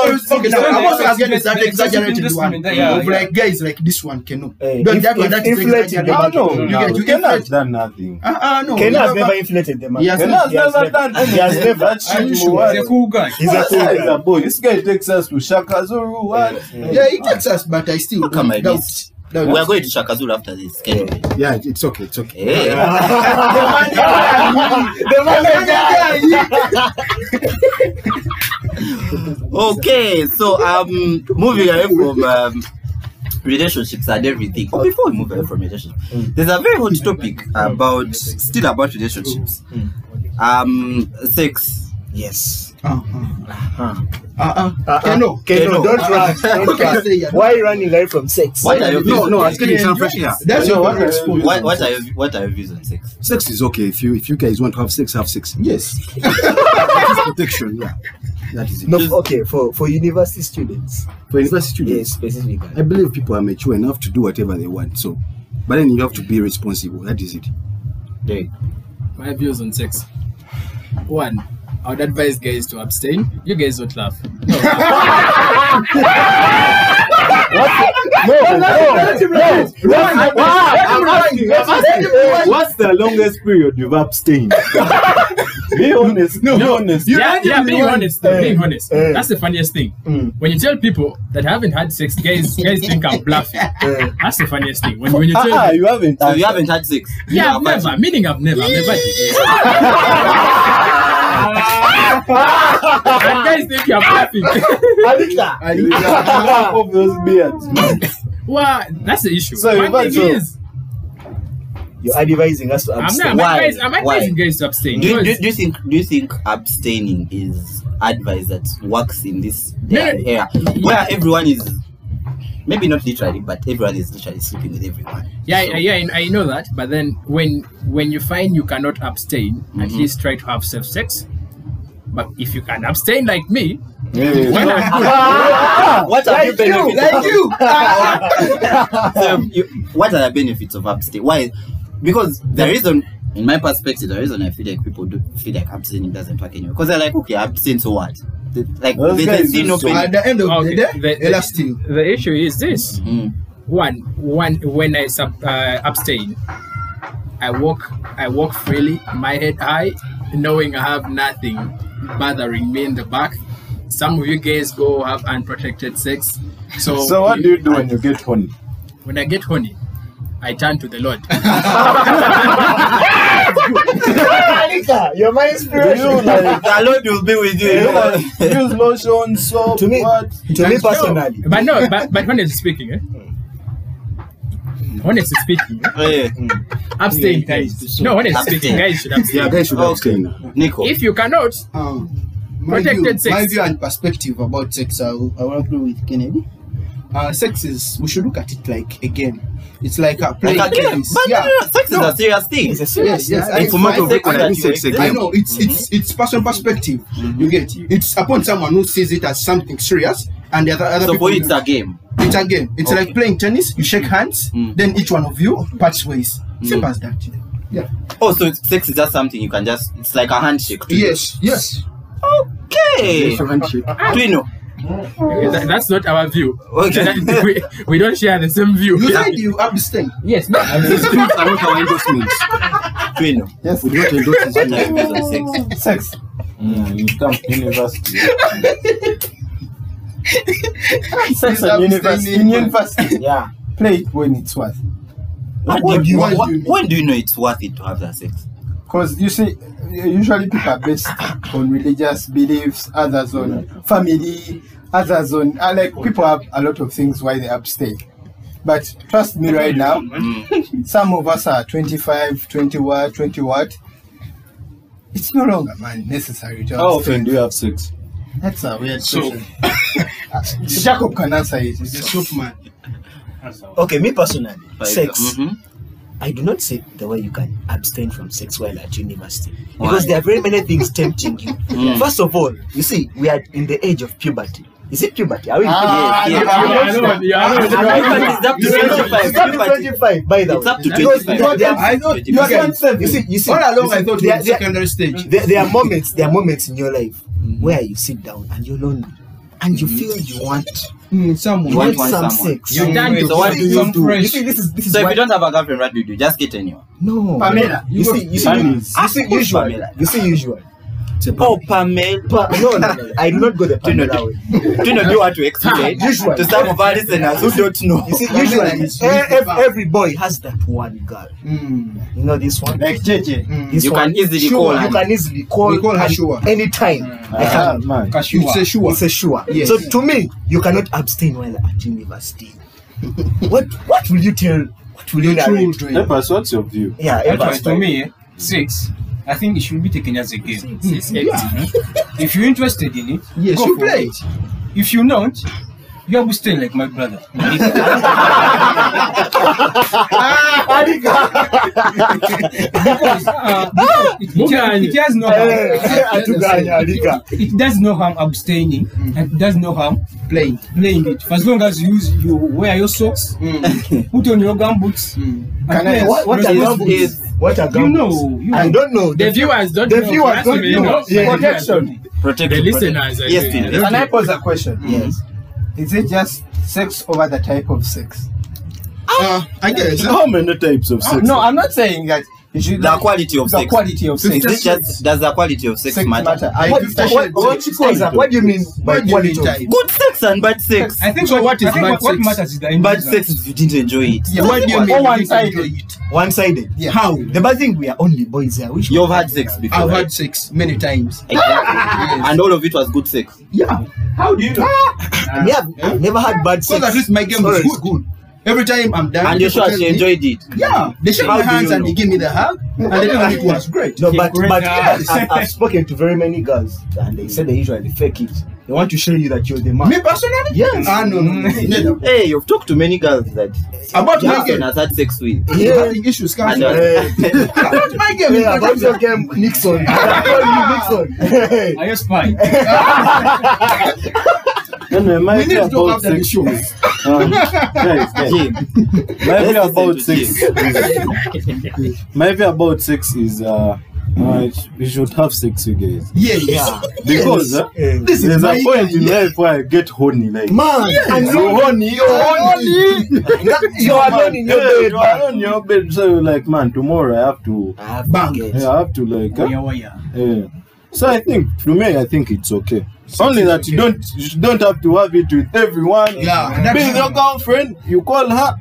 now, I'm also not- against that not- exaggerated not- one. Mm-hmm. not- yeah, Of yeah. like guys like this one, Keno. Eh, But if- that one, if that is inflated, exaggerated. Ah, no, You no, get you you cannot inflate. done nothing. Oh, Ah, ah, no. Ken you has never- never inflated the money. He has Ken Ken has never done He has anything. never. That shit He's was- a cool guy. He's a cool Ah, He's a guy. boy. This guy takes us to Shaka Zuru. What? Yeah, it takes us, but I still Look at my doubt. list. doubt. We are going to Shakazulu after this. Can you? Yeah, it's okay, it's okay. Hey. The money guy. [laughs] Okay, so um, moving away from um, relationships and everything. Oh, before we move away from relationships, there's a very hot topic about still about relationships. Um, sex. Yes. Uh-uh. Kendo. No, don't run. Don't run. Say yeah. Why run away from sex? What are your views? No, no, I was getting some fresh air. That's your favorite sport. What, what are your what are your views on sex? Sex is okay. If you if you guys want to have sex, have sex. [laughs] Yes. It's protection, yeah. That is it. No, okay, for, for university students. For university students, Yes, specifically. I believe people are mature enough to do whatever they want. So, but then you have to be responsible. That is it. My views on sex. One, I would advise guys to abstain. You guys would laugh. What's the longest period you've abstained? be honest. No, be honest. yeah, yeah, being honest, though, being honest. That's the funniest thing. Mm. When you tell people that I haven't had sex, guys, guys think I'm [laughs] bluffing. That's the funniest thing. When, when you tell Ah, you haven't. So you haven't had sex? yeah, I've never, meaning I've never, I've never did. and guys think you're bluffing. Alita. Half of those beards. man. Well, that's the issue. So, One but thing so- is, You're advising us to I'm abstain. not, I'm Why? advising, I'm Why? advising guys to abstain. Do you, do, because- do you think do you think abstaining is advice that works in this No, day and no. era where everyone is maybe not literally but everyone is literally sleeping with everyone? yeah, So- I- yeah, I, I know that. But then when when you find you cannot abstain, Mm-hmm. at least try to have safe sex. But if you can abstain like me, [laughs] why not? What are the benefits? Thank you. [laughs] So you, what are the benefits of abstain? Why? Because the reason, in my perspective, the reason I feel like people do feel like abstaining doesn't work anyway. Because they're like, okay, abstain, so what? They- like Those they, they guys see do no so- benefit. At the end of Okay, the day, the- Ella still. The issue is this: Mm. one, one when I sub, uh, abstain, I walk, I walk freely, my head high, knowing I have nothing bothering me in the back. Some of you guys go have unprotected sex, so [laughs] So what do you do when you get horny? when I get horny, I turn to the Lord. Alita, you're my Do inspiration. you like The Lord will be with you. use lotion, soap, To me, what? to me personally, but no, but, but honestly speaking, eh? honestly speaking, eh, Eh, abstain Yeah, you guys. guys- no, honestly Abstain. speaking, guys should abstain. Yeah, guys should Okay. abstain. Oh. Nico, If you cannot, Um, my Protected view, sex. my view and perspective about sex, I will, I will agree with Kennedy. Uh, sex is, we should look at it like a game. It's like a like playing again, games. but Yeah. no, no, sex is a serious thing. it's a serious Yes, yes. It's I- a matter of I- when I do sex. sex Mm-hmm. I again. know it's it's it's personal perspective. You get it's upon someone who sees it as something serious, and the other other So people. for you, it's a game. it's a game. It's like playing tennis. You shake hands, Mm. then each one of you parts ways. Simple as that. Yeah. Oh, so sex is just something you can just. It's like a handshake. to you. Yes. Yes. Okay. Yes, your handshake. Twino. that, that's not our view. Okay. That- [laughs] we, we don't share the same view. You said you abstain. Yes, no, These things [laughs] are not our endorsements. Twino. Yes, We do not What endorse these things. are your views on sex? sex. Mm, you come to university. Sex He's at university. abstaining. In university, Yeah. play it when it's worth. What What did you, do you what, mean? when do you know it's worth it to have that sex? Because you see, usually people are based on religious beliefs, others on family, others on uh, like people have a lot of things why they abstain. But trust me right now, some of us are 25, 20 what, 20 what. It's no longer man necessary to Oh, How abstain. often do you have sex? That's a weird So- question. Jacob can answer it. The soap man. Okay, me personally, sex. Mhm. I do not say the way you can abstain from sex while at university because there are very many things tempting you. First of all, you see, we are in the age of puberty. Is it puberty? Are we? Ah, Yes, no, yes. no, no, no, And puberty is up to Yes. It's up to 25. 25, by the It's up way. to Because 25. you know, there are- I thought you you are guys. concerned. You see, you see, All along, I you see, thought we there, were there, secondary stage. Mm-hmm. there, there are moments, there are moments in your life where you sit down and you're lonely, and you feel you want, Mm, someone. You want, want some someone. sex. You done So to what do you do? You see, this is this is So if why- you don't have a girlfriend, what do you do? Just get anyone. no. Pamela, you see, you see, you Pamela's. see, Who's usual. Pamela? You see, usual. Oh, Pamela. But no, no, no, I do not go the Do you know, Pamela way. do you know, do you want to [laughs] explain Usual. to some of our listeners who don't know? You see, Pamela usually is e- really ev- bad. every boy has that one girl. Mm, You know this one. Like JJ. mm. This You one. can easily Sure, call You her. can easily call. We call her and Shua. Anytime. I Ah, can. man. You say sure. It's a sure. Yes. So to me, you cannot abstain while at university. what What will you tell? What will you narrate? Children. Peppers, what's your view? Yeah, [laughs] That was Evans, to me, eh, six. I think it should be taken as a game. Hmm, It's empty. [laughs] If you're interested in it, Yes, go you for play it. If you're not, you will stay like my brother. [laughs] Ah, because, uh, because it, it, has- it has Eh, no harm. It does no harm abstaining, Mm. and it does no harm playing. playing it. For as long as you use you wear your socks, put on your gumboots. and Mm. Can play I, as what, what are responsible. gumboots? What are You gumboots? know, you I don't know. The viewers don't The know. viewers Trust don't me, know. no. Yeah. Protection. Protect The protect- listeners. I Yes, think. Tina, Can I yes. pose a question? Yes. Is it just sex over the type of sex? Uh, I guess. How many types of sex? No, I'm not saying that you should. The quality of the sex. quality of sex. Is it just does the quality of sex, sex matter. matter? I, What- Fifty what- Shades what of you Grey. call it? Isaac, what do you mean by What do you quality mean of type? Good sex and bad sex. I think So what is I think bad what, what sex? matters is the end Bad result. sex you didn't enjoy it. Yeah. What do you Or mean? You Oh, one-sided. enjoy it? One sided. Yeah. How? The bad thing, we are only boys here. Which You've had sex before. I've right? had sex many times. Exactly. And all of it was good sex. Yeah. How do you know? we have Ah. I've never had bad Ah. Because at sex. least my game was good. good. Every time I'm done. And you're people sure tell she me- enjoyed it. Yeah. They shake How my do hands you and know? they give me the hug. And they tell me it was great. No, but, but [laughs] Yes. I- I've, I've spoken to very many girls and they say they usually fake it. They want to show you that you're the man. Me personally? Yes. Ah, no, [laughs] no, no. Mm-hmm. Neither. Hey, you've talked to many girls that About my Jackson game. has had sex with. Yeah. Having issues, And, can't you? uh, [laughs] About my game. Yeah, because about your game, [laughs] Nixon. I told you, Nixon. Are you [laughs] a spy? Anyway, my We need view to talk about after the sex. show. Um, guys, guys, Jim, my view listen about to sex. is- my view about sex is uh, uh, we should have sex, you guys. Yes. Because uh, This is there's my a point in life where I get horny, like. Man, and you're horny, you're horny. You're alone in your Yeah, bed. you are on your bed, so you're like, man, tomorrow I have to, Bang. yeah, I have to like, huh? Waya, waya. yeah. So I think to me, I think it's okay. Only that you don't, you don't have to have it with everyone. Yeah, that's- be with your girlfriend. You call her.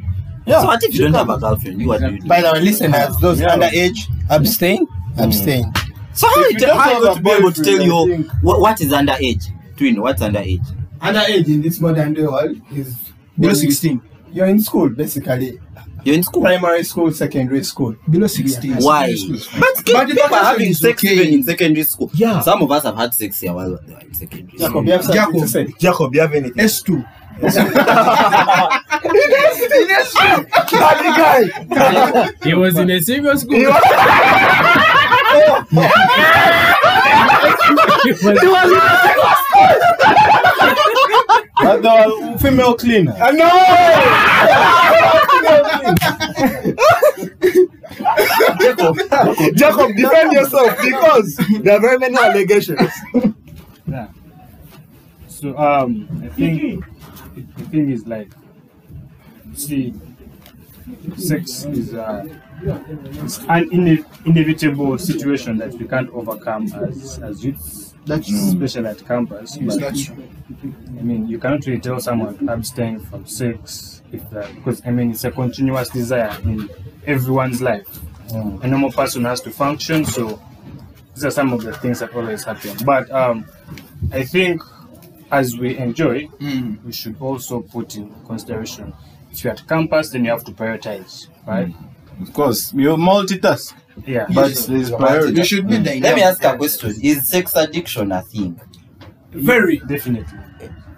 Yeah. so what if you don't have a girlfriend? You what do you do? By the way, listeners, those Yeah. underage, abstain, abstain. So how If it- you don't how you have going a to be able to boyfriend, tell I you think- what, what is underage? Twin, what's underage? Underage in this modern day world is Below 16. You're in school, basically. You're in school. Primary school, secondary school. Below 16. Why? But But but the people are question having is sex okay. even in secondary school. Yeah. Some of us have had sex here while they were in secondary school. Jacob, you have something Jacob. to say? Jacob, you have anything? S2. Bloody guy! [laughs] He was in a single school. He was- But Uh, the female cleaner. I know! Jacob, Jacob, defend yourself because there are very many allegations. So um, I think the thing is like, see, sex is uh, it's an ine- inevitable situation that we can't overcome as as youths, Mm. That's true. especially at campus. Yes, But, that's true. I mean, you cannot really tell someone to abstain from sex if that, because I mean it's a continuous desire in everyone's life. Mm. A normal person has to function, so these are some of the things that always happen. But um, I think as we enjoy, we should also put in consideration. If you're at campus, then you have to prioritize, right? Of course, you multitask, Yeah. but there's You priority. should be dynamic. Hmm. Let me ask a question. Is sex addiction a thing? Very. definitely.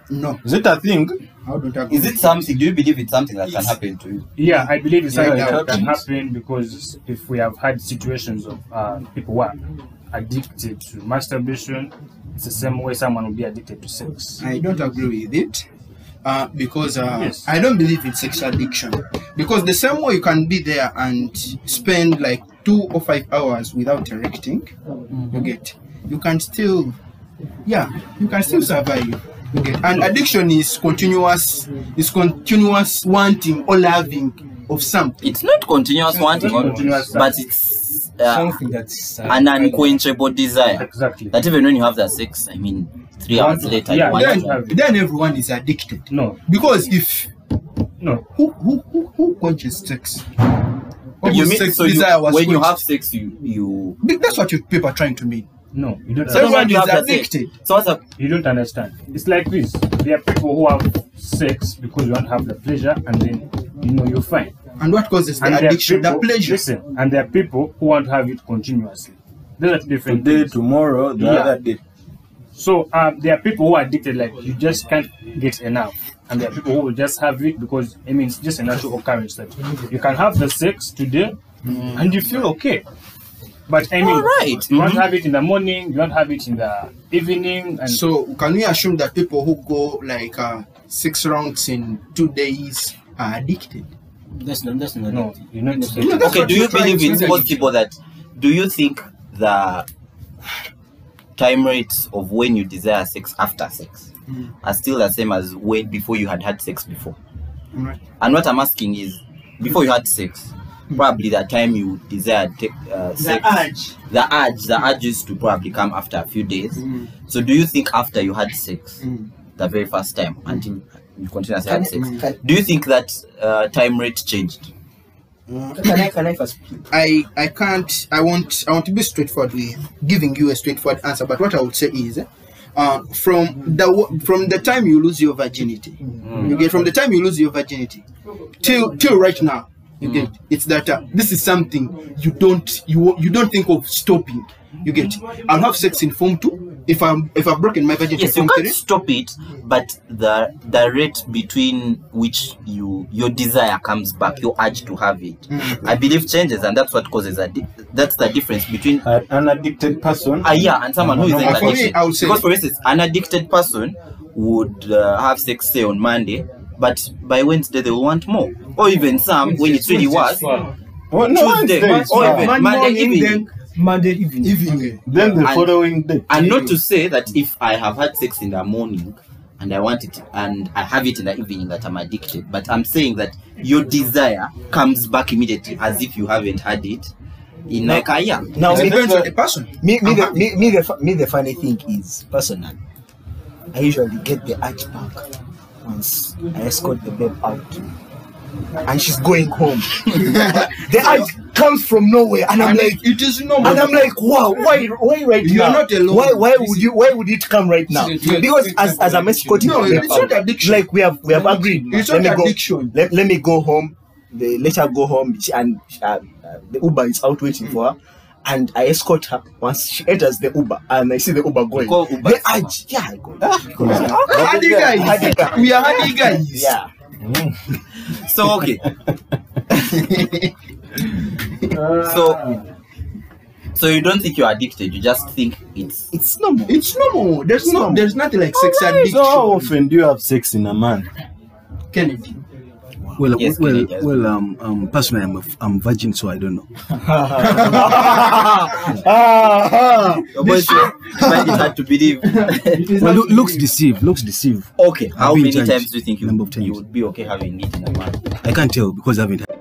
No. Is it a thing? I don't agree. Is it something? Do you believe it's something that can happen to you? Yeah, I believe it's Yeah, something it that can happens. happen because if we have had situations of uh, people who are addicted to masturbation, it's the same way someone will be addicted to sex. I don't agree with it. Uh, because uh, Yes. I don't believe in sexual addiction. Because the same way you can be there and spend like two or five hours without erecting, Mm-hmm. you get, you can still, yeah, you can still survive. You get, and addiction is continuous, is continuous wanting or loving of something. It's not continuous wanting, continuous but it's uh, Something that's uh, an unquenchable desire. Exactly. That even when you have the sex, I mean, three You hours want to- later, yeah, you yeah. want to. Then, then everyone is addicted. No, Because if no. who who who, who quenches sex? What You was mean sex so you, desire was when you quenched? have sex, you you. Be- That's what you people are trying to mean. No, you don't. So Everyone you is have that sex. addicted. So what's up? you don't understand. It's like this. There are people who have sex because you want to have the pleasure, and then you know you're fine. And what causes the And there are addiction? The people- pleasure. Listen, and there are people who want to have it continuously. Those are two different Today, things. tomorrow, the Yeah. other day. So uh, there are people who are addicted, like you just can't get enough, and there are people who will just have it because I mean it's just a natural occurrence that you can have the sex today, Mm-hmm. and you feel okay. But I mean, All right. Mm-hmm. you don't have it in the morning, you don't have it in the evening, and So can we assume that people who go like uh, six rounds in two days are addicted? That's not. That's not. no, you're not. No, that's okay, what do we're you trying believe it's to- possible that? Do you think the time rates of when you desire sex after sex are still the same as when before you had had sex before? Right. And what I'm asking is, before you had sex, Hmm. probably the time you desired te- uh, sex, urge. Hmm. the urge, the urge used to probably come after a few days. So, do you think after you had sex, the very first time, until you continuously had sex, Can, do you think that uh, time rate changed? can I can I first? I I can't I want I want to be straightforward with giving you a straightforward answer but what I would say is uh, from the wo- from the time you lose your virginity Mm. you get from the time you lose your virginity till till right now Mm. you get it's that uh, this is something you don't you wo- you don't think of stopping you get I'll have sex in form 2 if I'm if I've broken my virginity yes you form can't 3 stop it but the the rate between which you your desire comes back your urge to have it i believe changes and that's what causes a di- that's the difference between A- an addicted person. a yeah and someone who is in no, for me, addiction I would say- because for instance an addicted person would uh, have sex say on monday but by wednesday they will want more or even some when it's really worse Well, Oh, no, Tuesday, Wednesday. or even Monday monday morning, evening Monday evening. even Then the And- following day. And not to say that if I have had sex in the morning and I want it and I have it in the evening that I'm addicted. But I'm saying that your desire comes back immediately as if you haven't had it in like a year. Now it me, depends on the person me, me, the, me, me, the, fu- me the funny thing is personal. I usually get the arch back once I escort the babe out, and she's going [laughs] home. the arch comes from nowhere, and I'm and like. like, it is normal And I'm like, wow, why, why right You're now? not alone. Why, why would you, why would it come right now? It's a- Because it's a- as, as I'm escorting, No, the it's babe not out, addiction. Like we have, we have agreed. It's let not me go. addiction. Let, let me go home. They let her go home. She, and she, uh, uh, the Uber is out waiting Hmm. for her. And I escort her once she enters the Uber, and I see the Uber going. Call Uber. The urge, yeah, I go. hardy guys Hmm. Hardy guy. we are hardy guys Yeah. So [laughs] okay. Ah. so so you don't think you're addicted, you just think it's It's normal. It's normal. There's no, there's nothing like sex addiction. So how often do you have sex in a month? Kennedy. Well, Yes, well, Kennedy, yes. well. Um, um, personally, I'm a, I'm virgin, so I don't know. Ah, your boy said, "Find it hard to believe. [laughs] Well, loo- looks deceive. Looks deceive. okay. How been many judged times do you think you, number of you times. would be okay having it in a month? I can't tell because I haven't. had